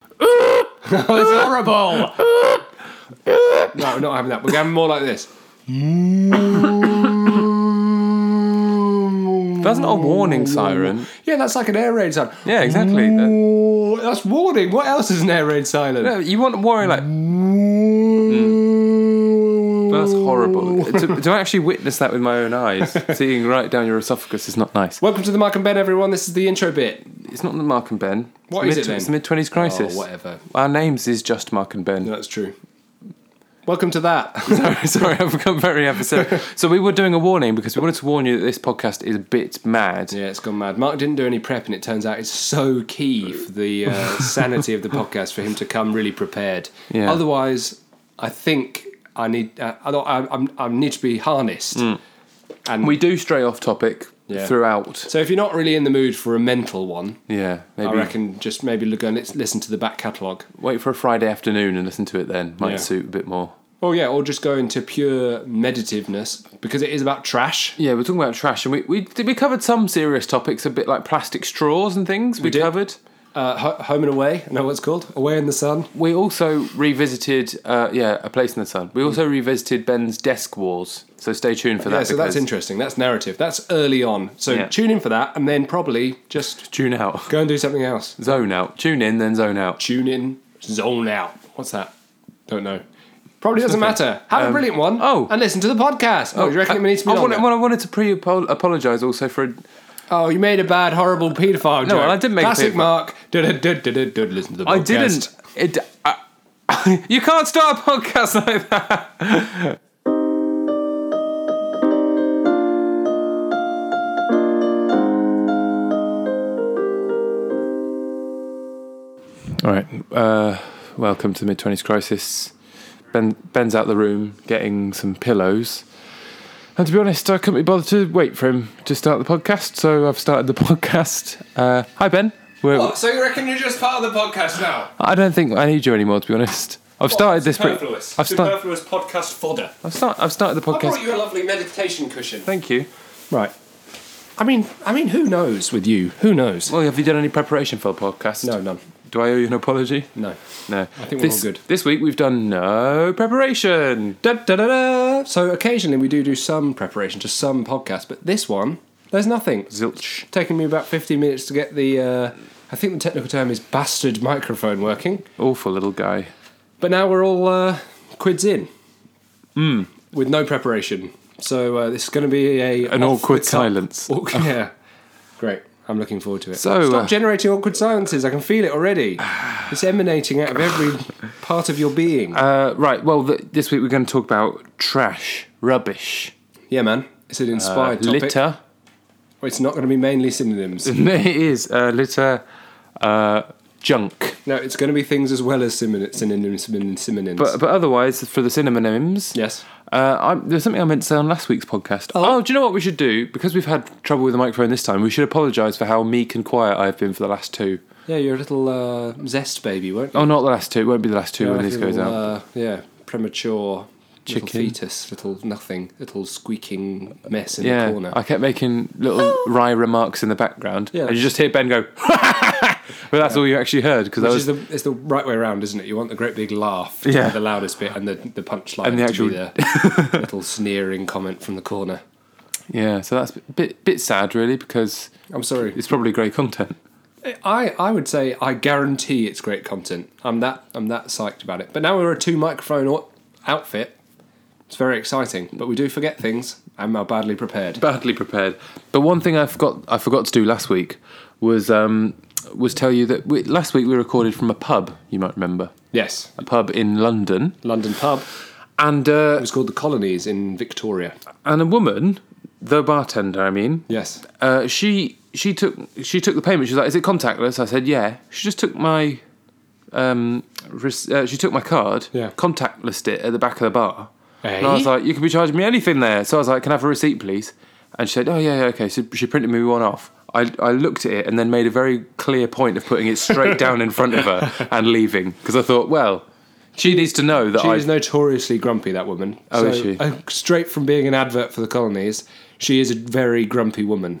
it's Oh, horrible. no, not having that. We're going more like this. That's not a warning siren. Yeah, that's like an air raid siren. Yeah, exactly. That- Ooh, That's warning. What else is an air raid siren? No, you want warning like Mm. that's horrible. to, to actually witness that with my own eyes, seeing right down your esophagus is not nice. Welcome to the Mark and Ben, everyone. This is the intro bit. It's not the Mark and Ben. It's What is mid- it then? It's the mid twenties crisis. Oh, whatever. Our names is just Mark and Ben. That's true. Welcome to that. sorry, sorry, I've become very episode. So we were doing a warning because we wanted to warn you that this podcast is a bit mad. Yeah, it's gone mad. Mark didn't do any prep, and it turns out it's so key for the uh, sanity of the podcast for him to come really prepared. Yeah. Otherwise, I think I need uh, I, don't- I, I'm- I need to be harnessed. Mm. And We do stray off topic Yeah. throughout. so, if you're not really in the mood for a mental one, Yeah, maybe I reckon just maybe look and lis- listen to the back catalogue. wait for a Friday afternoon and listen to it then. Might Yeah. suit a bit more. Or yeah, or just go into pure meditativeness because it is about trash. Yeah, we're talking about trash, and we we did we covered some serious topics, a bit like plastic straws and things. We, did. covered. Uh, ho- home and away. I know what it's called. Away in the sun. We also revisited, uh, yeah, a place in the sun. We also revisited Ben's desk wars. So stay tuned for that. Yeah, so that's because- interesting. That's narrative. That's early on. So Yeah. tune in for that, and then probably just Tune out, Go and do something else. zone out. Tune in, then zone out. Tune in, zone out. What's that? Don't know. Probably doesn't matter. Have a brilliant one. oh. and listen to the podcast. Oh, you reckon it needs to be I, I longer? wanted, well, I wanted to pre apologise also for. A, Oh, you made a bad, horrible paedophile joke. classic paedophile- Mark. Du-du-du-du-du-du. Listen to the podcast. I didn't. It, I, you can't start a podcast like that. All right. Uh, welcome to Mid Twenties Crisis. Ben Ben's out the room getting some pillows. And to be honest, I couldn't be bothered to wait for him to start the podcast, so I've started the podcast. Uh, hi, Ben. We're, Oh, so you reckon you're just part of the podcast now? I don't think I need you anymore, to be honest. I've started this. Pre- Superfluous. I've, start- Superfluous podcast fodder. I've, start- I've started the I brought podcast. you a lovely meditation cushion. Thank you. Right. I mean, I mean, who knows with you? Who knows? Well, have you done any preparation for the podcast? No, none. Do I owe you an apology? No. No. I think we're this, all good. This week we've done no preparation. Da, da, da, da. So occasionally we do do some preparation, just some podcasts, but this one, there's nothing. Zilch. Taking me about 15 minutes to get the, uh, I think the technical term is bastard microphone working. Awful little guy. But now we're all uh, quids in. Hmm. With no preparation. So uh, this is going to be a An off awkward the top- silence. Oh. Awk- yeah. Great. I'm looking forward to it. So, Stop uh, generating awkward silences. I can feel it already. it's emanating out of every part of your being. Uh, right. Well, th- this week we're going to talk about trash, rubbish, yeah, man. It's an uh, inspired topic. litter. It's not going to be mainly synonyms. it is uh, litter, uh, junk. No, it's going to be things as well as synonym- synonyms, synonyms, synonyms. But uh, but otherwise, for the synonyms, yes, Uh, I'm, there's something I meant to say on last week's podcast. Oh. do you know what we should do? Because we've had trouble with the microphone this time, we should apologise for how meek and quiet I've been for the last two. yeah, you're a little uh, zest baby, weren't you? Oh, not the last two. It won't be the last two Oh, when this goes Little, out. uh, yeah, premature Chicken. little fetus, little nothing, little squeaking mess in the Yeah, corner. I kept making little wry remarks in the background, Yeah. and you just hear Ben go. but that's all you actually heard because that Which was is the, it's the right way around, isn't it? You want the great big laugh, to Yeah. be the loudest bit, and the the punchline, And the to be the little sneering comment from the corner. yeah. So that's a bit bit sad really because I'm sorry. it's probably great content. I, I would say I guarantee it's great content. I'm that I'm that psyched about it. But now we're a two microphone o- outfit. It's very exciting, but we do forget things and are badly prepared. badly prepared. But one thing I forgot I forgot to do last week was um, was tell you that we, last week we recorded from a pub. You might remember Yes, a pub in London, London pub. and uh, It's called the Colonies in Victoria. and a woman, the bartender, I mean, Yes, uh, she she took she took the payment. She was like, "Is it contactless?" I said, "Yeah." She just took my um, res- uh, she took my card, Yeah. contactless it at the back of the bar. And Eh? I was like, "You could be charging me anything there." So I was like, "Can I have a receipt, please?" And she said, "Oh yeah, yeah, okay." So she printed me one off. I, I looked at it and then made a very clear point of putting it straight down in front of her and leaving because I thought, well, she needs to know that she I is notoriously grumpy. That woman. Oh, is she? uh, straight from being an advert for the Colonies, she is a very grumpy woman.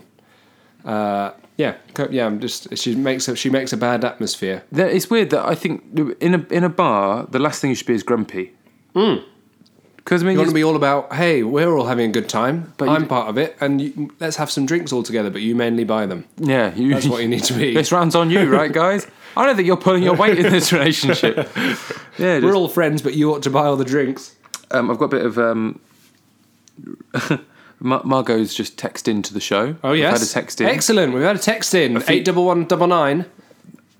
Uh, Yeah, co- yeah. I'm just she makes a, she makes a bad atmosphere. There- It's weird that I think in a in a bar, the last thing you should be is grumpy. Because I mean, Hmm. You want it's- to be all about, hey, we're all having a good time, But but you I'm d- part of it, and you, let's have some drinks all together. But you mainly buy them. yeah, you, That's what you need to be. This round's on you, right, guys? I don't think you're pulling your weight in this relationship. Yeah, We're just, all friends, but you ought to buy all the drinks. um, I've got a bit of um, Mar- Margot's just text into the show. Oh I've yes, had a text in. Excellent. We've had a text in. Eight double one double nine.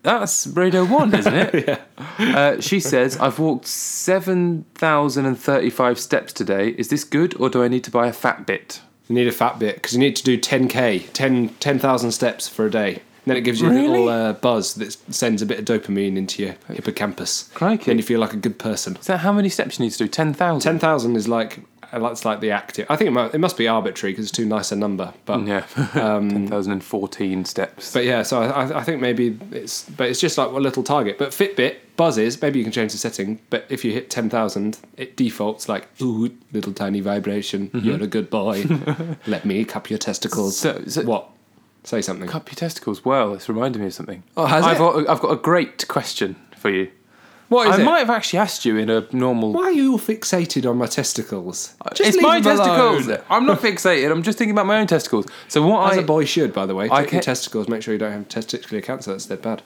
That's Radio One, isn't it? uh, she says, "I've walked seven thousand and thirty-five steps today. Is this good, or do I need to buy a fat bit?" You need a fat bit because you need to do 10k, 10 10,000 steps for a day. And then it gives you a Really? little uh, buzz that sends a bit of dopamine into your hippocampus. Crikey. Then you feel like a good person. Is that how many steps you need to do? Ten thousand. 10,000 is like uh, that's like the active. I think it must, it must be arbitrary because it's too nice a number. But Yeah, ten thousand and fourteen steps. but yeah, so I, I- I think maybe it's but it's just like a little target. But Fitbit buzzes. Maybe you can change the setting. But if you hit 10,000, it defaults like ooh little tiny vibration. You're a good boy. Let me cup your testicles. Mm-hmm. So- so- what? Say something. Cup your testicles. Well, it's reminded me of something. Oh, has I've it? Got, I've got a great question for you. What is I it? might have actually asked you in a normal. Why are you all fixated on my testicles? Uh, it's leave my them testicles. alone. I'm not fixated. I'm just thinking about my own testicles. So what As I a boy should, by the way. Take I your ca- testicles. Make sure you don't have testicular cancer. That's dead bad.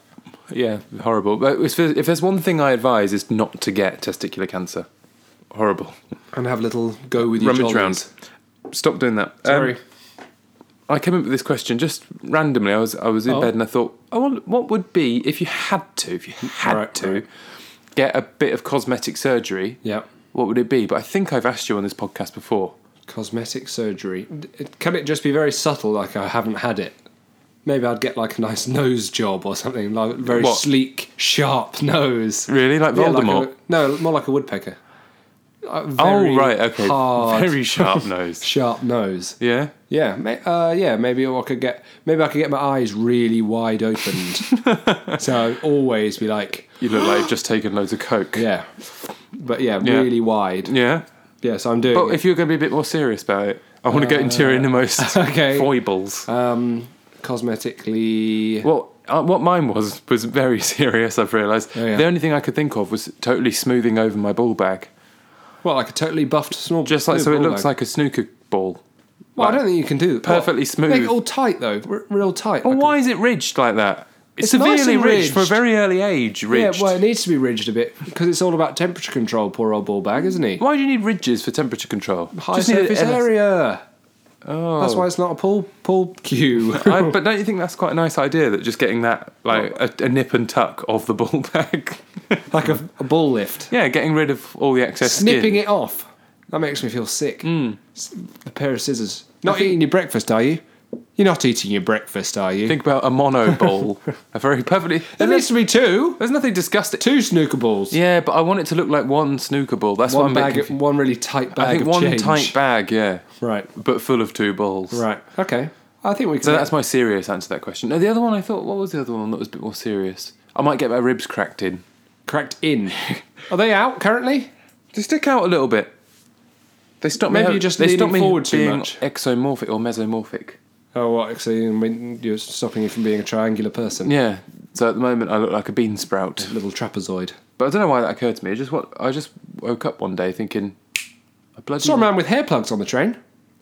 yeah horrible. But if there's, if there's one thing I advise is not to get testicular cancer. Horrible. And have a little go with your Rummage jollies. round. Stop doing that. Um, Sorry. I came up with this question just randomly. I was I was in Oh. bed and I thought, I wonder what would be if you had to, if you had Right, to right. get a bit of cosmetic surgery. yeah. What would it be? But I think I've asked you on this podcast before. Cosmetic surgery. It- Can it just be very subtle, like I haven't had it? Maybe I'd get like a nice nose job or something, like very What? sleek, sharp nose. Really, like Yeah, like Voldemort? a- no, more like a woodpecker. A oh very right, okay. Hard, Very sharp nose. sharp nose. yeah. Yeah, ma- uh, yeah. Maybe I could get maybe I could get my eyes really wide opened, so always be like, You look like you've just taken loads of coke. yeah, but yeah, Yeah. really wide. Yes, Yeah? so I'm doing. But if you're going to be a bit more serious about it, I want to get into your innermost okay. foibles. um, cosmetically, well, uh, what mine was was very serious. I've realised Oh, yeah. the only thing I could think of was totally smoothing over my ball bag, well, like a totally buffed small, just like so it small looks bag. like a snooker ball. Well, I don't think you can do that. Perfectly smooth. Make it all tight though, r- real tight. Well, like a- why is it ridged like that? It's, It's nice severely and ridged for a ridged. very early age. yeah, Ridged. well, it needs to be ridged a bit because it's all about temperature control. Poor old ball bag, isn't he? why do you need ridges for temperature control? High Just need surface an- area. Oh. That's why it's not a pool pool cue. I, but don't you think that's quite a nice idea that just getting that like a, a nip and tuck of the ball bag? like a, a ball lift. yeah, getting rid of all the excess Snipping skin. it off. That makes me feel sick. S- A pair of scissors. Not eating your breakfast, are you? You're not eating your breakfast, are you? Think about a mono ball. a very perfectly. there There's, needs to be two. there's nothing disgusting. Two snooker balls. Yeah, but I want it to look like one snooker ball. That's One what I'm bag, of, one really tight bag I think of one change. tight bag, yeah, Right, but full of two balls. right, okay. I think we can. So that's my serious answer to that question. No, the other one I thought, what was the other one that was a bit more serious? I might get my ribs cracked in. cracked in. Are they out currently? They stick out a little bit. They stop me. Maybe hav- you're just they stop leaning me forward too being much. Exomorphic or mesomorphic. Oh, what? Actually, I mean, you're stopping you from being a triangular person. Yeah. So at the moment, I look like a bean sprout. Little trapezoid. But I don't know why that occurred to me. It just what I just woke up one day thinking, I bloody Saw a man with hair plugs on the train,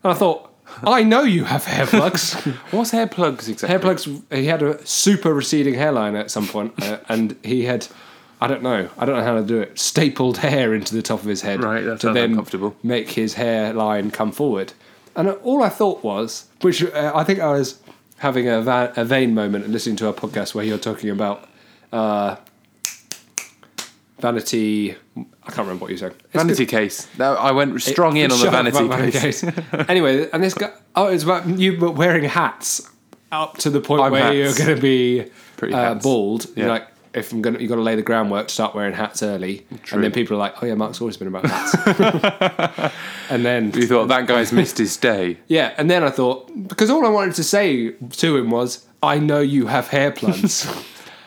and I thought, I know you have hair plugs. what's hair plugs exactly? hair plugs. He had a super receding hairline at some point, uh, and he had, I don't know, I don't know how to do it, stapled hair into the top of his head, Right, that to sounds then uncomfortable. make his hairline come forward. And uh, all I thought was, which uh, I think I was having a, va- a vain moment and listening to a podcast where you're talking about uh, vanity. I can't remember what you said. Vanity case. That, I went strong in on the Shut up vanity about my case. case. anyway, and this guy. Oh, it's about you were wearing hats up to the point I'm where hats. you're going to be Pretty uh, hats. bald. You're Yeah. Like if I'm going, to you've got to lay the groundwork to start wearing hats early, True. and then people are like, "Oh yeah, Mark's always been about hats." and then You thought that guy's missed his day. yeah, and then I thought because all I wanted to say to him was, "I know you have hair plugs."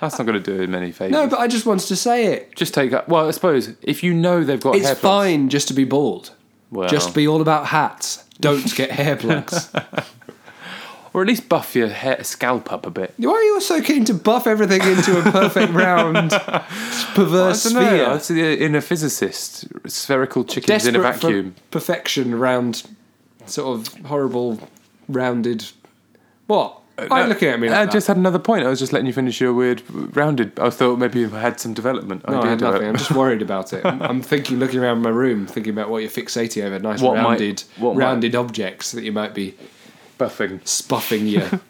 That's not going to do him any favours. no, but I just wanted to say it. Just take that. Well, I suppose if you know they've got It's hair plugs- fine just to be bald. Well. Just be all about hats. Don't get hair plugs. or at least buff your hair, scalp up a bit. Why are you so keen to buff everything into a perfect round perverse I don't know. sphere? That's the inner physicist. Spherical chickens in a Desperate for vacuum. perfection round sort of horrible rounded what? Why are you Uh, No, looking at me like I that? just had another point. I was just letting you finish your weird rounded. I thought maybe you had some development. no, I idea had development. nothing. I'm just worried about it. I'm, I'm thinking, looking around my room, thinking about what you're fixating over nice What might- rounded, what might- rounded objects that you might be Buffing. spuffing your. I'm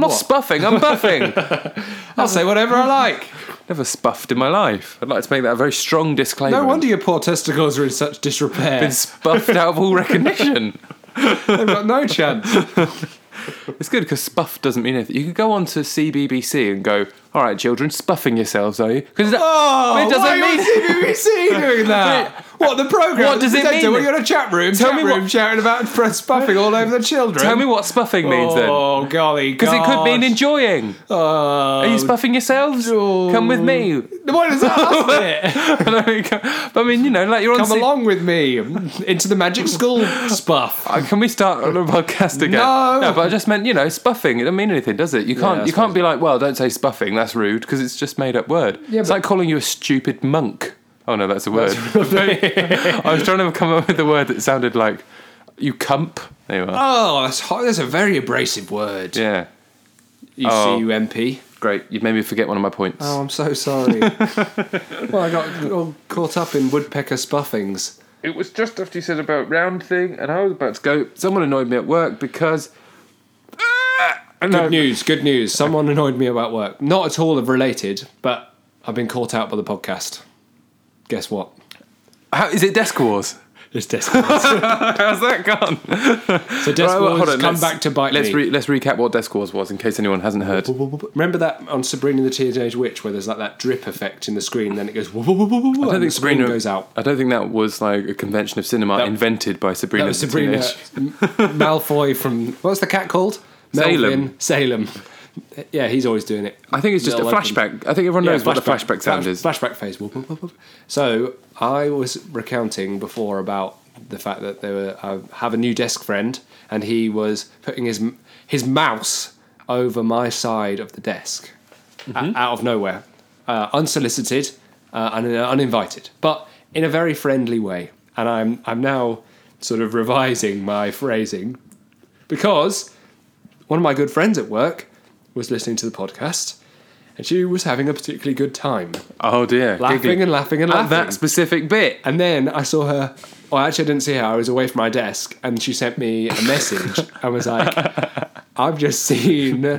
not um, spuffing, I'm buffing. I'll say whatever I like. Never spuffed in my life. I'd like to make that a very strong disclaimer. No wonder your poor testicles are in such disrepair. Been spuffed out of all recognition. They've got no chance. It's good because spuff doesn't mean anything. You could go on to CBBC and go, all right, children, spuffing yourselves, are you? Because Oh, But it doesn't why are you on CBBC doing that? what the program? What does it Potato, mean? What you in a chat room? Tell chat me room shouting about press puffing all over the children. tell me what spuffing means then. Oh golly, Because it could mean enjoying. Are Oh, you spuffing yourselves? Come with me. uh, Why does that last bit? And I mean, come- but I mean, you know, like you're on. Come C- along with me um, into the magic school spuff. Uh, Can we start on a podcast again? No. but I just meant you know, spuffing. It doesn't mean anything, does it? You can't. I you can't be like, well, don't say spuffing. That's rude because it's just made up word. Yeah, it's but- like calling you a stupid monk. Oh no, that's a word. I was trying to come up with a word that sounded like you cump. There you are. Oh, that's, hot. that's a very abrasive word. Yeah, You Oh. see, you MP. great. You've made me forget one of my points. Oh, I'm so sorry. well, I got all caught up in woodpecker spuffings. It was just after you said about round thing, and I was about to go. Someone annoyed me at work because. Ah! Good news, good news. Someone annoyed me about work. Not at all related, but I've been caught out by the podcast. Guess what? How, is it desk wars? It's Discord. How's that gone? so Discord well, hold on, come let's- back to bite Let's me. re- let's recap what Desk Wars was in case anyone hasn't heard. Remember that on Sabrina the Teenage Witch where there's like that drip effect in the screen, then it goes. I don't I think think the screen Sabrina- goes out. I don't think that was like a convention of cinema That- invented by Sabrina. That was the Sabrina Teenage- Malfoy from what's the cat called? Salem. Melvin Salem. Yeah, he's always doing it. I think it's just They'll a open- flashback. I think everyone knows what the flashback- flashback sound flash- is. Flashback phase. Whoop, whoop, whoop, whoop. So I was recounting before about the fact that they were. I have a new desk friend, and he was putting his his mouse over my side of the desk, a- Mm-hmm. out of nowhere, uh, unsolicited uh, and uh, uninvited, but in a very friendly way. And I'm I'm now sort of revising my phrasing because one of my good friends at work was listening to the podcast and she was having a particularly good time oh dear, laughing Giggling. and laughing and at laughing that specific bit. and then i saw her well actually i didn't see her i was away from my desk and she sent me a message and was like i've just seen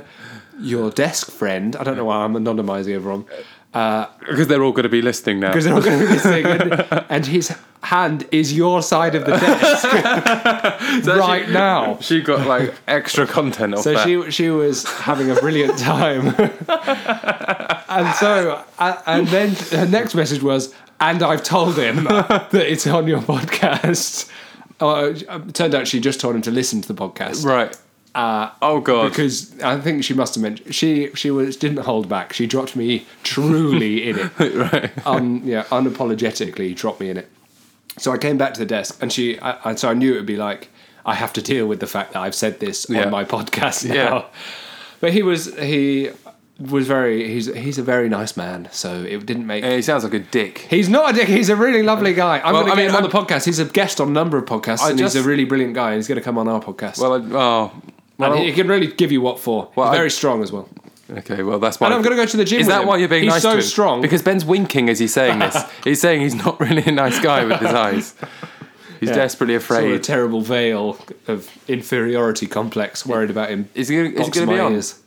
your desk friend i don't know why i'm anonymizing everyone Because they're all going to be listening now. because they're all going to be listening and, and his hand is your side of the desk right now She got like extra content off So that. she she was having a brilliant time, and so a- and then her next message was, "And I've told him that it's on your podcast." Uh, it turned out she just told him to listen to the podcast right. oh god. Uh, because I think she must have mentioned she she was didn't hold back. She dropped me truly in it, Un, yeah, unapologetically dropped me in it. So I came back to the desk, and she. I, I, so I knew it would be like I have to deal with the fact that I've said this Yeah. on my podcast now. Yeah. But he was he was very he's he's a very nice man. So it didn't make. Yeah, he sounds like a dick. He's not a dick. He's a really lovely guy. I'm Well, going I to mean, get him on I'm- the podcast. He's a guest on a number of podcasts, I and just- he's a really brilliant guy. And he's going to come on our podcast. Well, I, oh, well, And he he can really give you what for. Well, He's I- very strong as well. okay. Well, that's why. And I'm going to go to the gym. Is with that him. why you're being He's nice so to him? strong. Because Ben's winking as he's saying this. he's saying he's not really a nice guy with his eyes. He's desperately Sort of a afraid. terrible veil of inferiority complex, worried about him. is he going boxing to be my on? ears.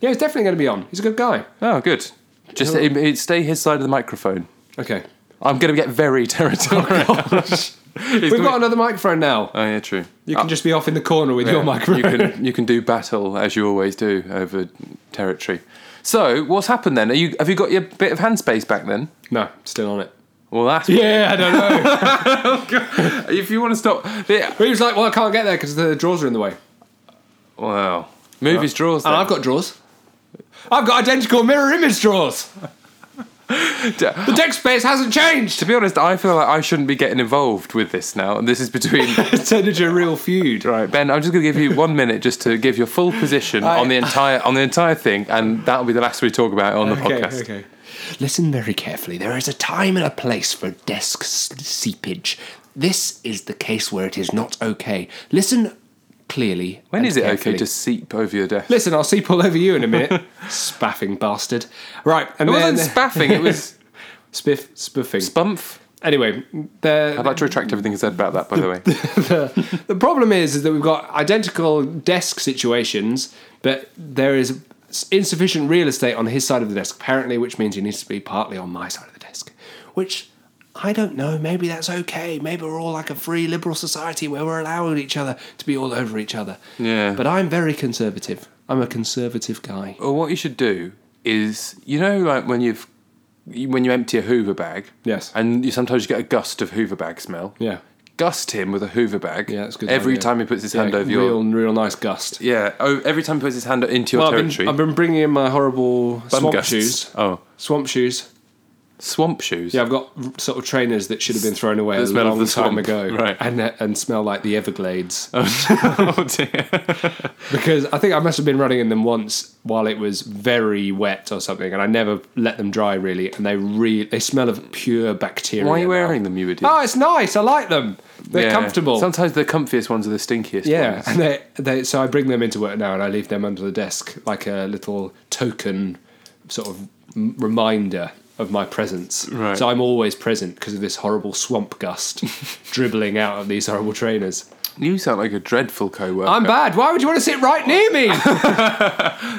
Yeah, he's definitely going to be on. He's a good guy. Oh, good. Just it- it- stay his side of the microphone. Okay. I'm going to get very territorial. He's Oh, We've gonna- got another microphone now. oh, yeah, true. You can just be off in the corner with your microphone. You can, you can do battle as you always do over territory. So, what's happened then? Are you, have you got your bit of hand space back then? No, still on it. Well, that's. Yeah, I don't know. If you want to stop. Yeah. but he was like, well, I can't get there because the drawers are in the way. Wow. Move his drawers. And then. I've got drawers. I've got identical mirror image drawers. The deck space hasn't changed. To be honest, I feel like I shouldn't be getting involved with this now. And this is between. It's turned into a real feud. right, Ben, I'm just going to give you one minute just to give your full position I- on the entire on the entire thing, and that'll be the last we talk about on the podcast. okay. Listen very carefully. There is a time and a place for desk s- seepage. This is the case where it is not okay. Listen clearly. When and is it okay carefully. to seep over your desk? Listen, I'll seep all over you in a minute. Spaffing bastard. Right, and It then wasn't spaffing, it was spiff spiffing. spumph. anyway, the I'd like to retract everything I said about that, by the way. the, the problem is, is that we've got identical desk situations, but there is insufficient real estate on his side of the desk, apparently, which means he needs to be partly on my side of the desk. Which I don't know. Maybe that's okay. Maybe we're all like a free liberal society where we're allowing each other to be all over each other. Yeah. But I'm very conservative. I'm a conservative guy. Well, what you should do is, you know, like when you've you- when you empty a Hoover bag, Yes. and you sometimes you get a gust of Hoover bag smell. Yeah. Gust him with a Hoover bag. Yeah, that's a good. Every idea. time he puts his hand Yeah, over real, your real nice gust. yeah, oh, every time he puts his hand into your Well, I've territory. been, I've been bringing in my horrible Bum swamp gusts. shoes. Oh, Swamp shoes. swamp shoes. Yeah, I've got r- sort of trainers that should have been thrown away The a smell of long the time swamp. ago, Right. And uh, and smell like the Everglades oh dear. because I think I must have been running in them once while it was very wet or something, and I never let them dry really, and they re they smell of pure bacteria. Why are you now. wearing them, you idiot? Oh, it's nice. I like them. They're Yeah. comfortable. Sometimes the comfiest ones are the stinkiest. yeah, ones. and they, they so I bring them into work now, and I leave them under the desk like a little token, sort of m- reminder of my presence. Right. So I'm always present because of this horrible swamp gust dribbling out of these horrible trainers. You sound like a dreadful co-worker. I'm bad. Why would you want to sit right near me?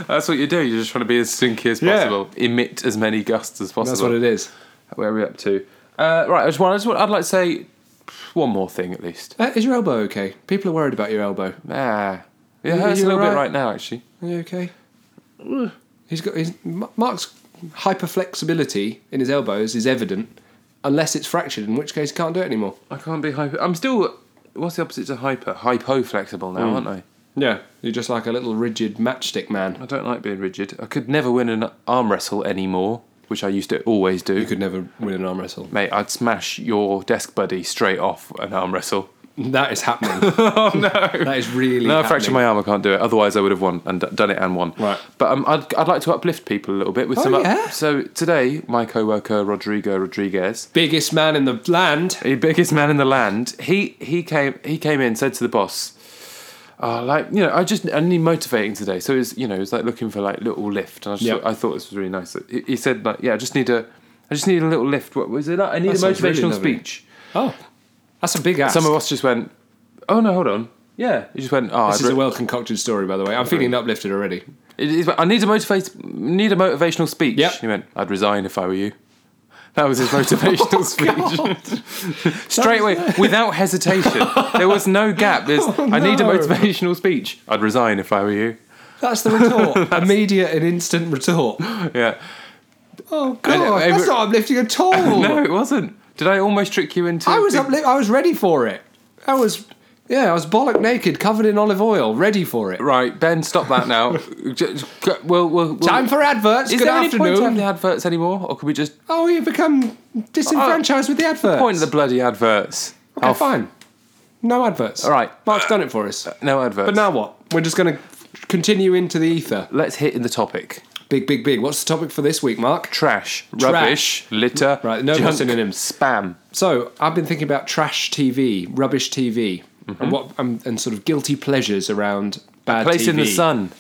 That's what you do. You're just trying to be as stinky as Yeah. possible. Emit as many gusts as possible. That's what it is. Where are we up to? Uh, right, I just want, I just want, I'd like to say one more thing at least. Uh, is your elbow okay? People are worried about your elbow. Ah, it you hurts a little alright? bit right now, actually. Are you okay? He's got his, M- Mark's hyperflexibility in his elbows is evident, unless it's fractured, in which case he can't do it anymore. I can't be hyper. I'm still. What's the opposite to hyper? Hypo flexible Hmm. now, aren't I? Yeah, you're just like a little rigid matchstick man. I don't like being rigid. I could never win an arm wrestle anymore, which I used to always do. You could never win an arm wrestle. Mate, I'd smash your desk buddy straight off an arm wrestle. That is happening. oh no, that is really. No, I happening. fractured my arm. I can't do it. Otherwise, I would have won and d- done it and won. Right. But um, I'd, I'd like to uplift people a little bit with Oh, some. up- yeah? so today, my co-worker Rodrigo Rodriguez biggest man in the land. the biggest man in the land. He he came he came in said to the boss, oh, like you know I just I need motivating today. So it's you know it's like looking for like little lift. And I, just Yeah. thought, I thought this was really nice. He, he said like yeah I just need a I just need a little lift. What was it? Like, I need That a sounds really motivational lovely. speech. Oh, that's a big ass. Some of us just went, oh no hold on. Yeah, he just went. Oh, this I've is a re- well concocted story, by the way. I'm feeling uplifted already. it is- I need a motivate, need a motivational speech. Yep. He went. I'd resign if I were you. That was his Oh, motivational speech. straight away without hesitation. there was no gap. There's, I need a Oh, no. motivational speech. I'd resign if I were you. That's the retort. Immediate and instant retort. Yeah. Oh god, I- that's not uplifting at all. No, it wasn't. Did I almost trick you into? I was upli- I was ready for it. I was, yeah, I was bollock naked, covered in olive oil, ready for it. Right, Ben, stop that now. Just- go- we'll, we'll, we'll- Time for adverts. Is Good there any point to afternoon. have the adverts anymore, or could we just oh, you become disenfranchised with the adverts. Oh, point at the bloody adverts? Okay, Oh, f- fine. No adverts. All right. Mark's done it for us. No adverts. But now what? We're just going to continue into the ether. let's hit in the topic: Big, big, big. What's the topic for this week, Mark? trash, rubbish, litter. Right, no more junk, synonyms. Spam. So I've been thinking about trash TV, rubbish TV, and what um, and sort of guilty pleasures around bad Mm-hmm. Place in the TV. sun.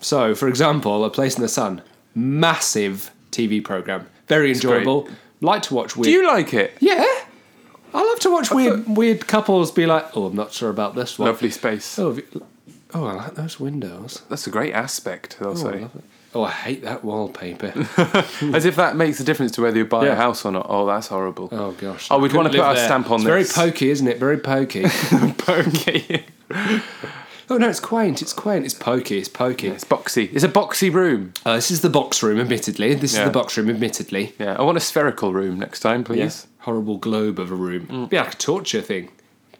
So, for example, A Place in the Sun, massive TV program, very enjoyable. Like to watch weird. Do you like it? Yeah, I love to watch weird weird couples be like, "Oh, I'm not sure about this one." Lovely space. Oh, have you- oh, I like those windows. That's a great aspect. They'll Oh, I say. love it. Oh, I hate that wallpaper. As if that makes a difference to whether you buy Yeah. a house or not. Oh, that's horrible. Oh gosh. Oh, we'd Couldn't want to put live our there. stamp on it's this. Very pokey, isn't it? Very pokey. pokey. oh no, it's quaint. It's quaint. It's pokey. It's pokey. it's boxy. It's a boxy room. Uh, this is the box room, admittedly. This Yeah. is the box room, admittedly. Yeah, I want a spherical room next time, please. Mm. Horrible globe of a room. Yeah, like a torture thing.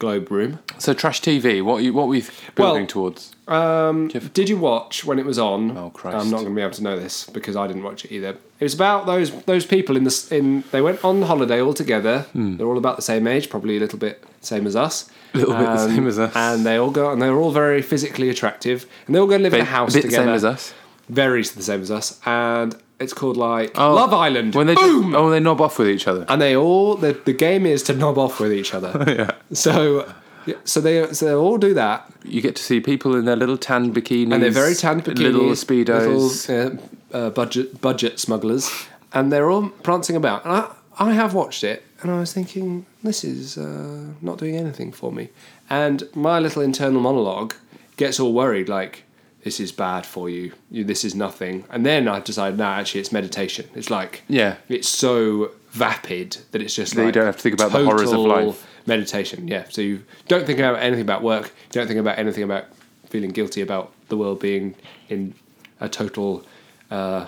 globe room. So trash TV. What you, what were you building towards? Um, Jeff? did you watch when it was on? Oh, Christ. I'm not going to be able to know this because I didn't watch it either. It was about those those people in the s- in. They went on holiday all together. They're all about the same age, probably a little bit same as us. Hmm. Um, A little bit the same as us. And they all go and they were all very physically attractive, and they all go live in a house bit the together. same as us. Very the same as us, and it's called like Oh, Love Island. When they Boom! oh they knob off with each other. and they all the, the game is to knob off with each other. Yeah. So, yeah, so they so they all do that, You get to see people in their little tan bikinis. and they're very tanned bikinis, Little speedos. little, uh, uh, budget budget smugglers, and they're all prancing about. And I, I have watched it, and I was thinking, this is uh, not doing anything for me. And my little internal monologue gets all worried, like. This is bad for you. you. This is nothing. And then I decided, no, actually, it's meditation. It's like Yeah. it's so vapid that it's just That you like don't have to think about the horrors of total life. meditation yeah so you don't think about anything about work you don't think about anything about feeling guilty about the world being in a total uh,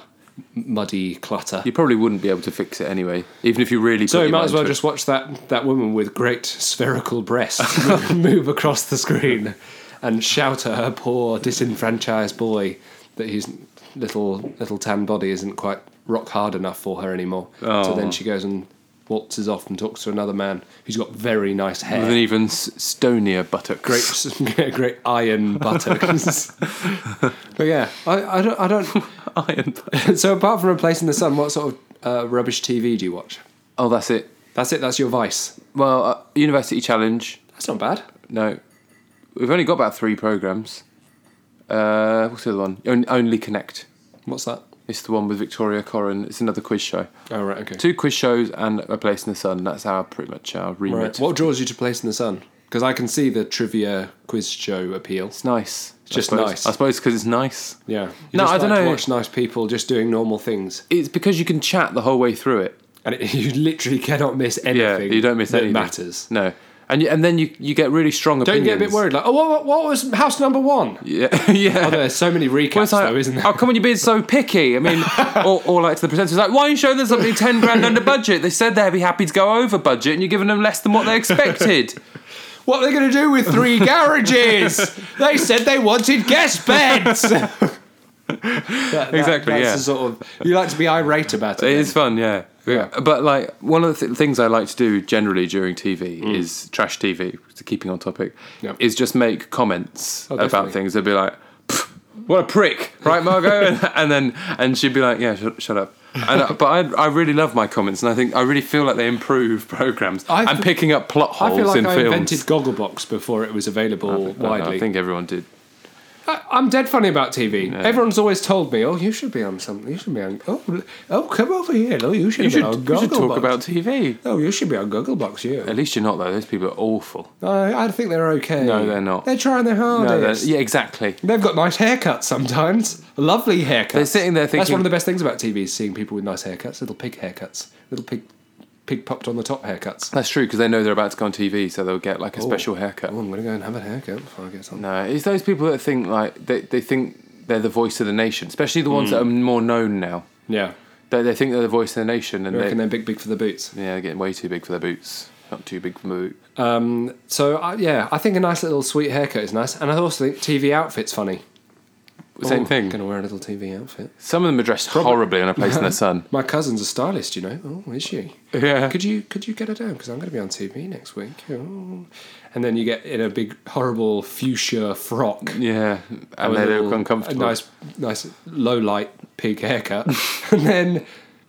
muddy clutter You probably wouldn't be able to fix it anyway, even if you really. so put you your might mind as well to it. just watch that, that woman with great spherical breasts move- move across the screen and shout at her poor disenfranchised boy that his little little tan body isn't quite rock hard enough for her anymore. So Oh. then she goes and waltzes off and talks to another man who's got very nice with an hair. even s- stonier buttocks. Great, great iron buttocks. but yeah, I, I don't. I don't. iron. butt- so apart from replacing the sun, what sort of uh, rubbish TV do you watch? Oh, that's it. That's it. That's your vice. Well, uh, University Challenge. That's not bad. No, we've only got about three programs. Uh, what's the other one? On- Only Connect. What's that? It's the one with Victoria Corin. It's another quiz show. Oh right, okay. Two quiz shows and a place in the sun. That's our pretty much our remit. Right. What draws you to Place in the Sun? Because I can see the trivia quiz show appeal. It's nice. I Just suppose. nice. I suppose because it's nice. Yeah. You No, just I don't like to know. watch nice people just doing normal things, It's because you can chat the whole way through it. and it, you literally cannot miss anything. Yeah, you don't miss that anything. matters. No, and you, and then you you get really strong Don't you opinions. get a bit worried, like, oh, what, what was house number one? Yeah, yeah. Oh, there's so many recaps, Well, it's like, though, isn't there? How come you're being so picky? I mean, or, or like to the presenters, like, why are you showing them something 10 grand under budget? They said they'd be happy to go over budget and you're giving them less than what they expected. What are they going to do with three garages? They said they wanted guest beds. That- that- Exactly, That's yeah. the sort of you like to be irate about it. It is fun, yeah. Yeah. But like, one of the th- things I like to do generally during TV is trash TV, to keeping on topic, Mm. Yeah. Oh, is just make comments about definitely. things. They'd be like, "Pff, what a prick, right, Margot? and, and then, and she'd be like, yeah, shut, shut up. And, I- but I, I really love my comments, and I think I really feel like they improve programs. I I'm feel- picking up plot holes I feel like in I films. invented Gogglebox before it was available I don't know, widely. I think everyone did. I- I'm dead funny about TV. Everyone's always told me, "Oh, you should be on something. You should be on. Oh, l- oh, come over here. Oh, you should You be should, on you should talk Gogglebox. about TV. Oh, you should be on Gogglebox. You. At least you're not though. Those people are awful. I, I think they're okay. No, they're not. They're trying their No, they're- hardest. yeah, exactly. They've got nice haircuts sometimes. Lovely haircuts. They're sitting there That's thinking- one of the best things about TV: is seeing people with nice haircuts, little pig haircuts, little pig, pig popped on the top haircuts. That's true because they know they're about to go on TV, so they'll get like a special haircut. Oh, I'm gonna go and have a haircut before I get on. No, it's those people that think like they, they think they're the voice of the nation, especially the ones that are Mm. more known now. Yeah, They, they think they're the voice of the nation, and you they, reckon they're big, big for the boots. yeah, they're getting way too big for their boots. Not too big for the boot. Um, so I yeah, I think a nice little sweet haircut is nice, and I also think TV outfits funny. Same thing. Going to wear a little TV outfit. Some of them are dressed horribly on a place in the sun. My cousin's a stylist, you know. Oh, is she? Yeah. Could you could you get her down? Because I'm going to be on TV next week. Oh. And then you get in a big horrible fuchsia frock. Yeah, and with they a look little- uncomfortable. A nice, nice low light pig haircut, and then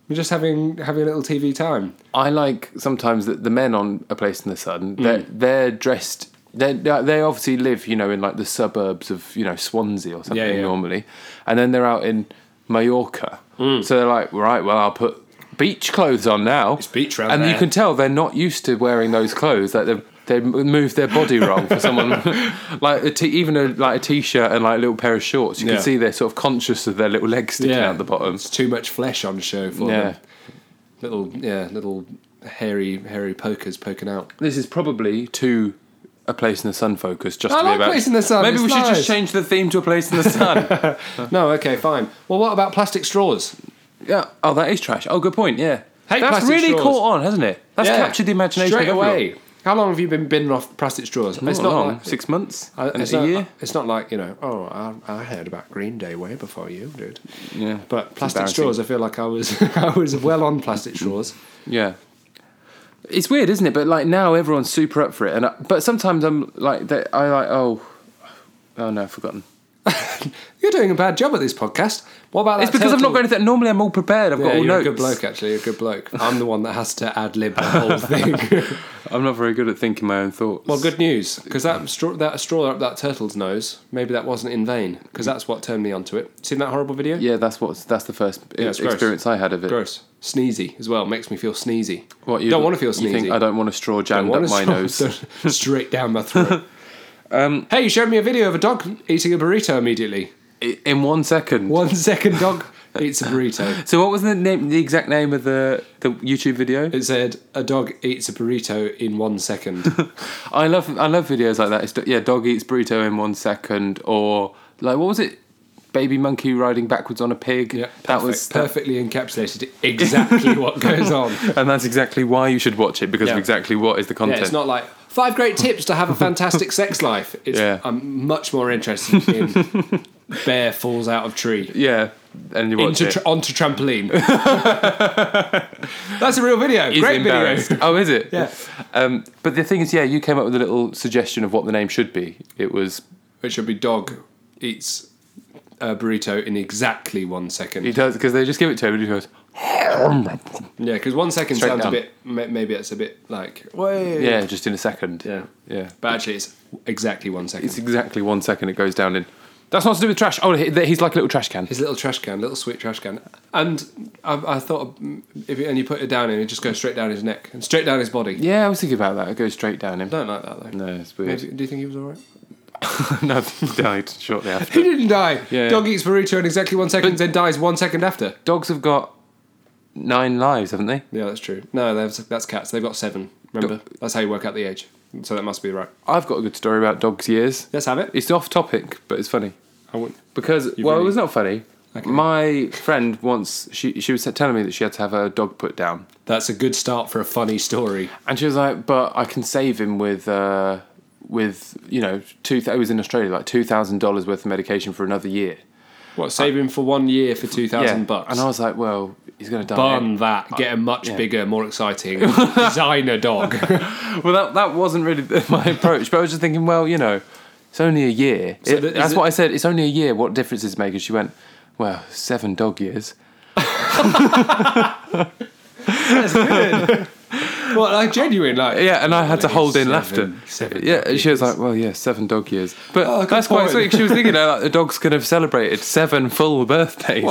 you're just having having a little TV time. I like sometimes that the men on A Place in the Sun, Mm. they're, they're dressed. They they obviously live, you know, in like the suburbs of you know Swansea or something Yeah, yeah. normally, and then they're out in Mallorca. Mm. So they're like, right, well, I'll put beach clothes on now. It's beach round and you there. can tell they're not used to wearing those clothes. Like they they moved their body wrong for someone like a t- even a like a t-shirt and like a little pair of shorts. You Yeah. can see they're sort of conscious of their little legs sticking out the bottom. It's too much flesh on show for Yeah. them. Little yeah, little hairy hairy pokers poking out. This is probably too a place in the sun focus. Just I to be like about Place in the Sun, Maybe it's we should nice. just change the theme to a place in the sun. No, okay, fine. Well, what about plastic straws? yeah. Oh, that is trash. Oh, good point. Yeah. Hate That's plastic really straws. caught on, hasn't it? That's captured the imagination straight of everyone. away. How long have you been bidding off plastic straws? Not it's not long, Like, six months, I- and it's not, a year. It's not like you know. Oh, I, I heard about Green Day way before you did. yeah, But It's plastic embarrassing. straws, I feel like I was I was well on plastic straws. Yeah. It's weird, isn't it? But like now, everyone's super up for it, and I, but sometimes I'm like, they, I like, oh, oh no, I've forgotten. You're doing a bad job at this podcast. What about that? It's because I'm not turtle? going to. That. Normally, I'm all prepared. I've got Yeah, all you're notes. a good bloke, actually. You're a good bloke. I'm the one that has to ad lib the whole thing. I'm not very good at thinking my own thoughts. well, good news, because that straw, that straw up that turtle's nose, maybe that wasn't in vain, because that's what turned me onto it. Seen that horrible video? Yeah, that's what. That's the first Yeah, it's gross. experience I had of it. Gross. Sneezy as well. Makes me feel sneezy. What you don't want to feel sneezy. You think I don't want a straw jammed up want my a nose. straw straight down my throat. Um, hey, you showed me a video of a dog eating a burrito immediately. I- In one second. One second dog eats a burrito. So what was the name? The exact name of the the YouTube video? It said a dog eats a burrito in one second. I love I love videos like that. It's, yeah, dog eats burrito in one second, or like what was it? Baby monkey riding backwards on a pig. Yeah, that was that- perfectly encapsulated exactly what goes on. and that's exactly why you should watch it because Yeah. of exactly what is the Yeah, content. it's not like five great tips to have a fantastic sex life. It's, Yeah. I'm much more interested in bear falls out of tree. yeah, and you watch Into it. tra- onto trampoline. That's a real video. He's Great video. embarrassed. Oh, is it? Yeah. Um, but the thing is, yeah, you came up with a little suggestion of what the name should be. It was It should be dog eats a burrito in exactly one second. he does because they just give it to him and he goes. Yeah, because one second Straight sounds down. a bit. ma- Maybe it's a bit like. Way. Yeah, just in a second. Yeah. Yeah. But actually, it's exactly one second. It's exactly one second it goes down in. That's not to do with trash. Oh, he- he's like a little trash can. His little trash can, little sweet trash can, and I, I thought, mm, if you, and you put it down, and it just goes straight down his neck and straight down his body. Yeah, I was thinking about that. It goes straight down him. Don't like that though. No, it's weird. Maybe, do you think he was alright? no, he died shortly He after. didn't die. Yeah. Dog eats burrito in exactly one second, then dies one second after. Dogs have got nine lives, haven't they? Yeah, that's true. No, that's, that's cats. They've got seven. Remember, that's how you work out the age. So that must be right. I've got a good story about dogs' years. Let's have it. It's off topic, but it's funny. I wouldn't. Because, well, really- it was not funny. Okay. My friend once, she, she was telling me that she had to have her dog put down. That's a good start for a funny story. And she was like, "But I can save him with, uh, with you know, two. Th- it was in Australia, like two thousand dollars worth of medication for another year. What? Save him for one year for two thousand bucks. And I was like, "Well, he's going to die." Bun that. Get a much bigger, more exciting designer dog. Well, that that wasn't really my approach, but I was just thinking, well, you know, it's only a year. It- th- is that's it- what I said. It's only a year. What difference does it make? And she went, well, seven dog years. well, like genuine, like Yeah, and I had to Well, hold in seven- laughter. seven yeah, dog and she was like, well, yeah, seven dog years. But Oh, good that's quite point. sweet. She was thinking uh, like, the dogs could have celebrated seven full birthdays.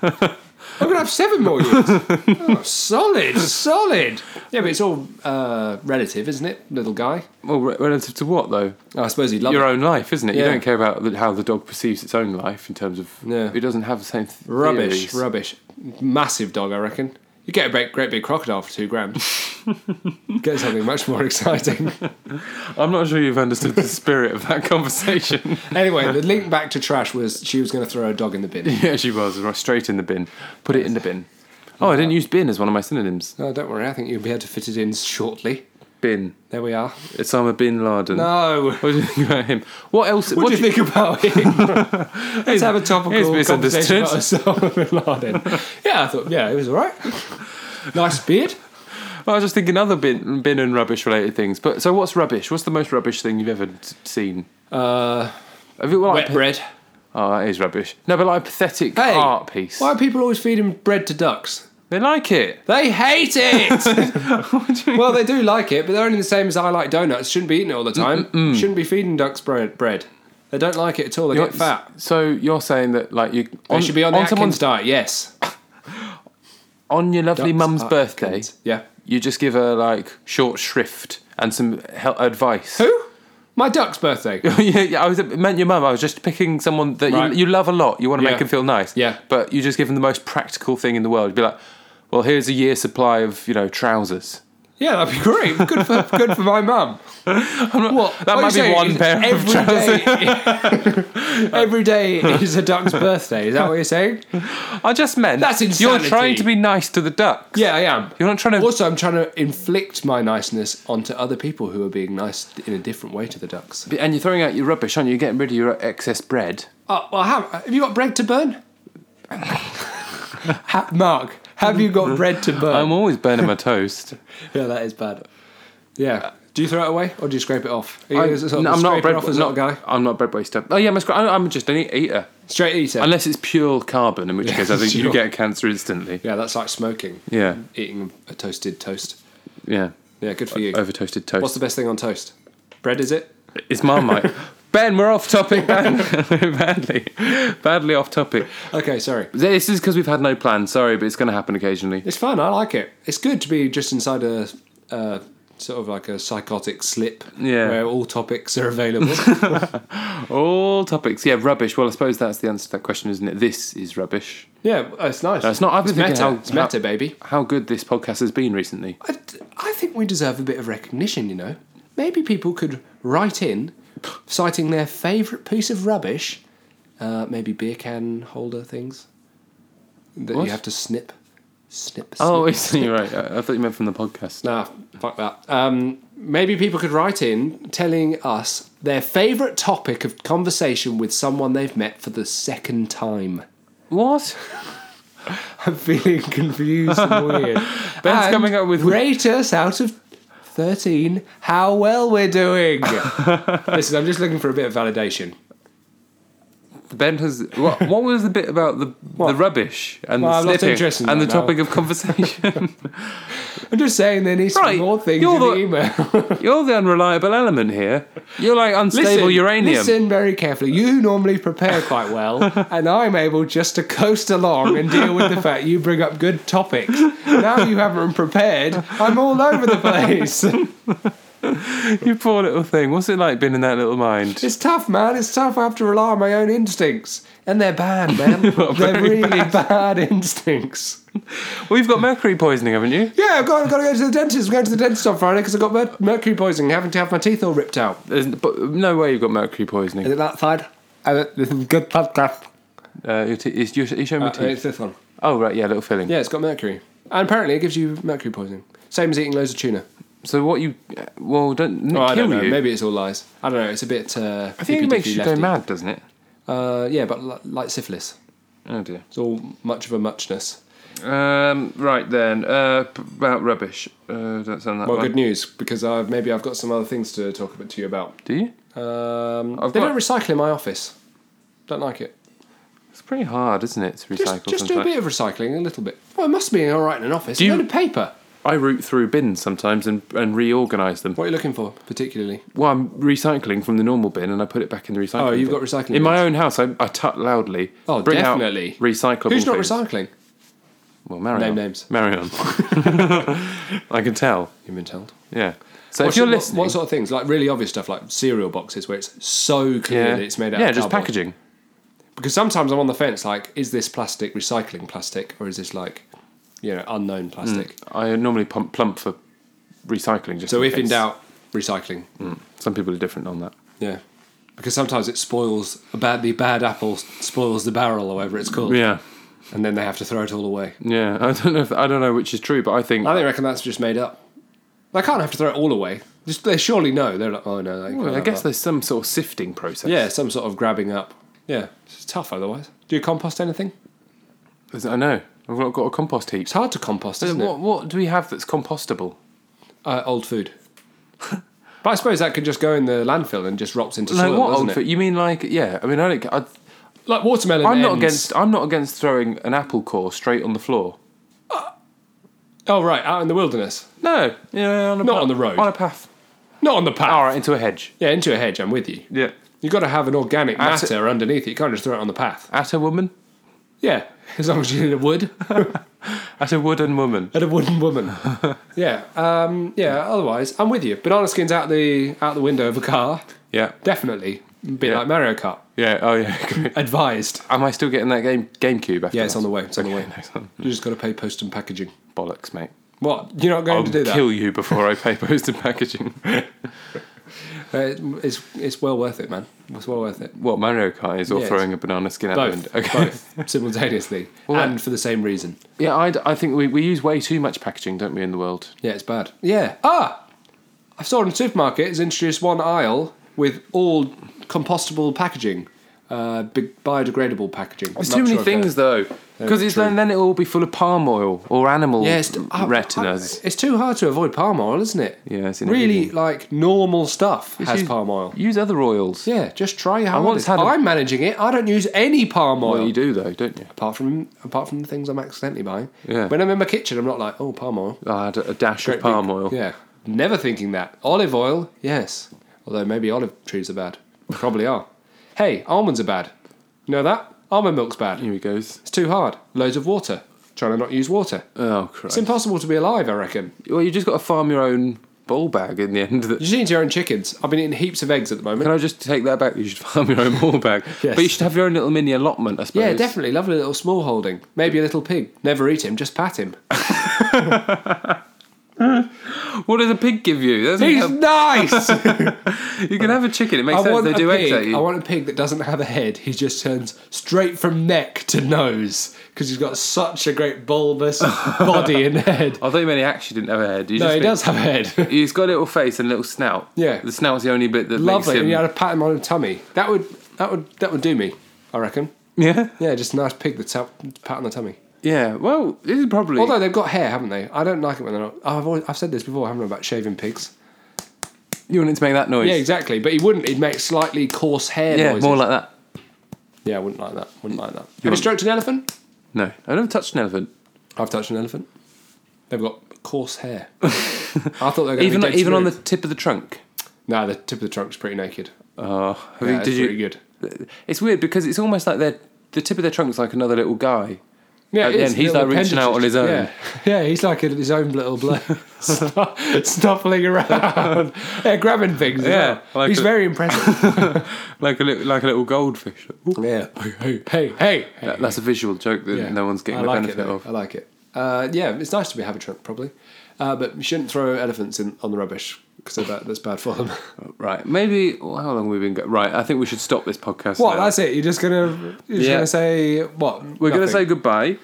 What? I'm gonna have seven more years. Oh, solid, solid. Yeah, but it's all uh, relative, isn't it, little guy? Oh, Well, re- relative to what though? I suppose he'd love Your it. own life, isn't it? You Yeah. don't care about the, how the dog perceives its own life in terms of Yeah. it doesn't have the same th- Rubbish, theories. rubbish. Massive dog, I reckon. You get a great, great big crocodile for two grand. get something much more exciting. I'm not sure you've understood the spirit of that conversation. anyway, the link back to trash was she was going to throw a dog in the bin. Yeah, she was right straight in the bin. Put it in the bin. Oh, I didn't use bin as one of my synonyms. No, Oh, don't worry. I think you'll be able to fit it in shortly. Bin. There we are. Osama bin Laden. No. What do you think about him? What else? What, do you think about him? Let's have a He's topical conversation misunderstood. about Osama bin Laden. Yeah, I thought, yeah, it was all right. Nice beard. I was just thinking other bin, bin and rubbish related things. But so, what's rubbish? What's the most rubbish thing you've ever t- seen? Uh, Have you, like, wet bread. Oh, that is rubbish. No, but like a pathetic Hey, art piece. Why are people always feeding bread to ducks? They like it. They hate it. well, they do like it, but they're only the same as I like donuts. Shouldn't be eating it all the time. Shouldn't be feeding ducks bread. bread. They don't like it at all. They get fat. So you're saying that like you They should be on, the on Atkins someone's diet. Yes. on your lovely Ducks mum's are birthday, Atkins. Yeah. you just give her like short shrift and some hel- advice. Who? My duck's birthday. yeah, yeah, I was it meant your mum. I was just picking someone that Right. you, you love a lot. You want to Yeah. make them feel nice. Yeah. But you just give them the most practical thing in the world. You'd be like, well, here's a year's supply of you know trousers. Yeah, that'd be great. Good for good for my mum. What? that might what be you're saying one is pair of every day- every day is a duck's birthday. Is that what you're saying? I just meant That's you're insanity. trying to be nice to the ducks. Yeah, I am. You're not trying to. Also, I'm trying to inflict my niceness onto other people who are being nice in a different way to the ducks. and you're throwing out your rubbish, aren't you? You're getting rid of your excess bread. Oh, well, have, have you got bread to burn? ha- Mark, have you got bread to burn? I'm always burning my toast. yeah, that is bad. Yeah. Do you throw it away or do you scrape it off? Are you I, a sort of am not a scraper bread. off as not, a guy. I'm not a bread waster. Oh yeah, I'm, a scra- I'm just an e- eater. Straight eater. Unless it's pure carbon, in which case I think you sure. get cancer instantly. yeah, that's like smoking. Yeah, Eating a toasted toast. yeah. Yeah, good for you. Over toasted toast. What's the best thing on toast? Bread, is it? It's Marmite. ben, we're off topic. Ben. badly, badly off topic. Okay, sorry. This is because we've had no plan. Sorry, but it's going to happen occasionally. It's fun. I like it. It's good to be just inside a uh, sort of like a psychotic slip. Yeah. Where all topics are available. All topics. Yeah, rubbish. Well, I suppose that's the answer to that question, isn't it? This is rubbish. yeah, it's nice. It's not. I've been It's thinking meta. how- it's meta, baby. How good this podcast has been recently. I, I think we deserve a bit of recognition. You know, maybe people could write in, citing their favourite piece of rubbish, uh, maybe beer can holder things that What? you have to snip, snip. snip Oh, it's, you're right. I, I thought you meant from the podcast. Nah, fuck that. Um, maybe people could write in telling us their favourite topic of conversation with someone they've met for the second time. What? I'm feeling confused and weird. Ben's coming up with- rate us out of thirteen how well we're doing. Listen, I'm just looking for a bit of validation. Ben has. What, what was the bit about the the rubbish and Well, I'm the not slipping interested in and the that now. topic of conversation? I'm just saying there needs to Right, be more things you're in the the- email. You're the unreliable element here. You're like unstable uranium. Listen very carefully. You normally prepare quite well, and I'm able just to coast along and deal with the fact you bring up good topics. Now you haven't prepared. I'm all over the place. You poor little thing. What's it like being in that little mind? It's tough, man. It's tough. I have to rely on my own instincts, and they're bad, man. they're very really bad. instincts. Well, you've got mercury poisoning, haven't you? Yeah, I've got, I've got to go to the dentist. I'm going to the dentist on Friday because I've got mer- mercury poisoning, having to have my teeth all ripped out. There's but no way you've got mercury poisoning. it that side? Uh, this is good podcast. Uh, your te- is, you you showing me Uh, teeth. it's this one. Oh right, yeah, little filling. Yeah, it's got mercury. And apparently it gives you mercury poisoning. Same as eating loads of tuna. So what you? Well, don't n- Oh, kill I don't know. you. Maybe it's all lies. I don't know. It's a bit. Uh, I think it makes you go mad, doesn't it? Uh, yeah, but li- like syphilis. Oh dear. It's all much of a muchness. Um, right then, uh, p- about rubbish. Uh, don't sound that Well, one. good news because I've, maybe I've got some other things to talk about to you about. Do you? Um, I've they got- don't recycle in my office. Don't like it. It's pretty hard, isn't it, to Just, recycle? just do a sometimes. bit of recycling, a little bit. Well, it must be all right in an office. Do Do you- you... of paper. I root through bins sometimes and, and reorganise them. What are you looking for, particularly? Well, I'm recycling from the normal bin and I put it back in the recycling. Oh, you've bin. got recycling in my bins. own house. I, I tut loudly. Oh, bring definitely. Out recyclable. Who's not things. recycling? Well, Marion. Name names. Marion. I can tell. You've been told. Yeah. So What if you're sort- listening, what, what sort of things? Like really obvious stuff, like cereal boxes, where it's so clear yeah, that it's made out. yeah, of just cardboard. packaging. Because sometimes I'm on the fence, like, is this plastic recycling plastic, or is this like, you know, unknown plastic? I normally pump, plump for recycling. Just So if in case. Mm. doubt, recycling. some people are different on that. Yeah. Because sometimes it spoils a bad the bad apple spoils the barrel or whatever it's called, Yeah, and then they have to throw it all away. yeah. I don't know. If, I don't know which is true, but I think I think reckon that's just made up. They can't have to throw it all away. Just they surely know. They're like, oh no. They Well, can't I have guess that. there's some sort of sifting process. yeah, some sort of grabbing up. Yeah, it's tough otherwise. Do you compost anything? There's- I know. I've not got a compost heap. It's hard to compost, isn't it? What, what do we have that's compostable? Uh, old food. but I suppose that could just go in the landfill and just rots into soil, like what doesn't old it? food? You mean like yeah? I mean I don't. I, Like watermelon. I'm not ends. against. I'm not against throwing an apple core straight on the floor. Oh right, out in the wilderness, No, yeah, on a Not path- on the road. on a path. not on the path. All right, into a hedge. Yeah, into a hedge. I'm with you. Yeah, You've got to have an organic Abso- matter underneath it. You can't just throw it on the path. at a woman, Yeah, as long as you're in a wood at a wooden woman. and a wooden woman. yeah, um, yeah. Otherwise, I'm with you. Banana skins out the out the window of a car. Yeah, Definitely. Bit Yeah. like Mario Kart. yeah. Oh yeah. great. Advised. Am I still getting that game GameCube? After Yeah, it's that? on the way. It's on the way. Nice one. You just got to pay post and packaging. Bollocks, mate. What? You're not going I'll to do that? kill you before I pay post and packaging. Uh, it's, it's well worth it, man. It's well worth it. what Mario Kart is, or Yes. throwing a banana skin out the Both, window? Okay. both simultaneously, Well, and for the same reason. Yeah, I'd, I think we, we use way too much packaging, don't we, in the world? Yeah, it's bad. Yeah. Ah, I saw in a supermarket has introduced one aisle with all compostable packaging, uh, bi- biodegradable packaging. There's I'm too not many sure if things though, because it's true. then then it will all be full of palm oil or animal they're- Yeah, oh, it's, I- I- retinas. it's too hard to avoid palm oil, isn't it? Yeah, it's in really everything. like normal stuff Just has use- palm oil. Use other oils. Yeah, just try how once had a- I'm managing it. I don't use any palm oil. Well, you do though, don't you? apart from apart from the things I'm accidentally buying. Yeah. When I'm in my kitchen, I'm not like, oh, palm oil. I had a dash Great of palm big- oil. Yeah. Never thinking that. Olive oil, yes. Although maybe olive trees are bad. Probably are. Hey, almonds are bad. You know that? Almond milk's bad. Here he goes. It's too hard. Loads of water. Trying to not use water. Oh Christ! It's impossible to be alive, I reckon. Well, you just got to farm your own ball bag in the end. You should eat your own chickens. I've been eating heaps of eggs at the moment. Can I just take that back? You should farm your own ball bag. Yes. But you should have your own little mini allotment, I suppose. Yeah, definitely. Lovely little small holding. Maybe a little pig. Never eat him, just pat him. What does a pig give you? That doesn't help. nice! You can have a chicken. It makes I sense. want, They a do eggs pig, at you. I want a pig that doesn't have a head. He just turns straight from neck to nose because he's got such a great bulbous body and head. I thought you meant he actually didn't have a head. You No, just he think- does have a head. He's got a little face and a little snout. Yeah. The snout's the only bit that Lovely. makes And him. you had to pat him on the tummy. That would that would that would do me. I reckon. Yeah. Yeah, just a nice pig that's out pat on the tummy. Yeah. Well, this is probably. Although they've got hair, haven't they? I don't like it when they're not. Oh, I've always, I've said this before, haven't I, about shaving pigs? you want it to make that noise. Yeah, exactly. But he wouldn't. He'd make slightly coarse hair Yeah, noises. more like that. yeah, I wouldn't like that. Wouldn't like that. Have you want- stroked an elephant? No, I never touched an elephant. I've touched an elephant. They've got coarse hair. I thought they were going Even to be dead even on the smooth. tip of the trunk. No, the tip of the trunk's pretty naked. Oh, Yeah, have you- it's did pretty you? good. It's weird because it's almost like they're the tip of their trunk's like another little guy. Yeah, At it the is, end, he's little like reaching out on his appendages. Yeah, yeah he's like in his own little blood, snuffling around, yeah, grabbing things. Yeah, Yeah, I like he's it. very impressive. Like a little, like a little goldfish. yeah, hey, hey, hey, hey. That- that's a visual joke that Yeah. no one's getting I the like benefit it, though. of. I like it. Uh, yeah, it's nice to be have a trunk, probably, uh, but you shouldn't throw elephants in on the rubbish because that, that's bad for them. Right, maybe. Well, how long have we been? Go- right, I think we should stop this podcast. what? now. That's it. You're just gonna you're just Yeah. gonna say what? We're going to Nothing. say goodbye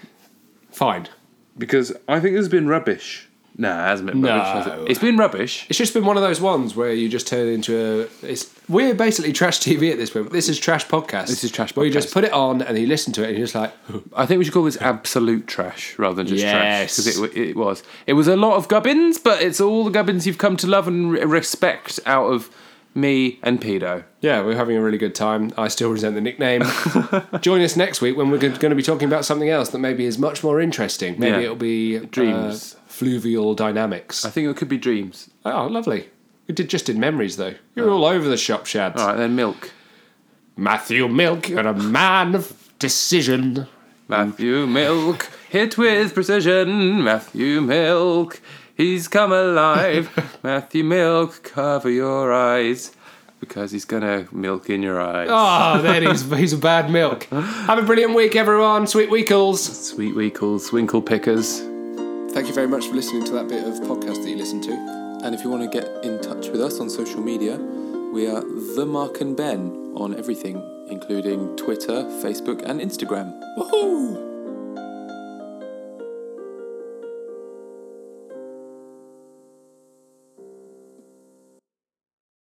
Fine. because I think it's been rubbish. Nah, it hasn't been No. rubbish. Has it? It's been rubbish. It's just been one of those ones where you just turn into a. It's we're basically trash TV at this point. This is trash podcast. This is trash Where you just podcast. put it on and you listen to it and you're just like, I think we should call this absolute trash rather than just trash Yes. because it, w- it was it was a lot of gubbins, but it's all the gubbins you've come to love and re- respect out of me and pedo. yeah, we're having a really good time. I still resent the nickname. Join us next week when we're going to be talking about something else that maybe is much more interesting. Maybe Yeah. it'll be Dreams. uh, fluvial dynamics. I think it could be dreams. oh, lovely. We did just in memories though. You're all over the shop, Shads. Oh. All right, then milk. Matthew Milk, you're a man of decision. Mm. Matthew Milk hit with precision. Matthew Milk, he's come alive. Matthew Milk, cover your eyes because he's gonna milk in your eyes. Oh, there he's he's a bad milk. Have a brilliant week, everyone. Sweet weekles. Sweet weekles, winkle pickers. Thank you very much for listening to that bit of podcast that you listened to. And if you want to get in touch with us on social media, we are The Mark and Ben on everything, including Twitter, Facebook, and Instagram. Woohoo!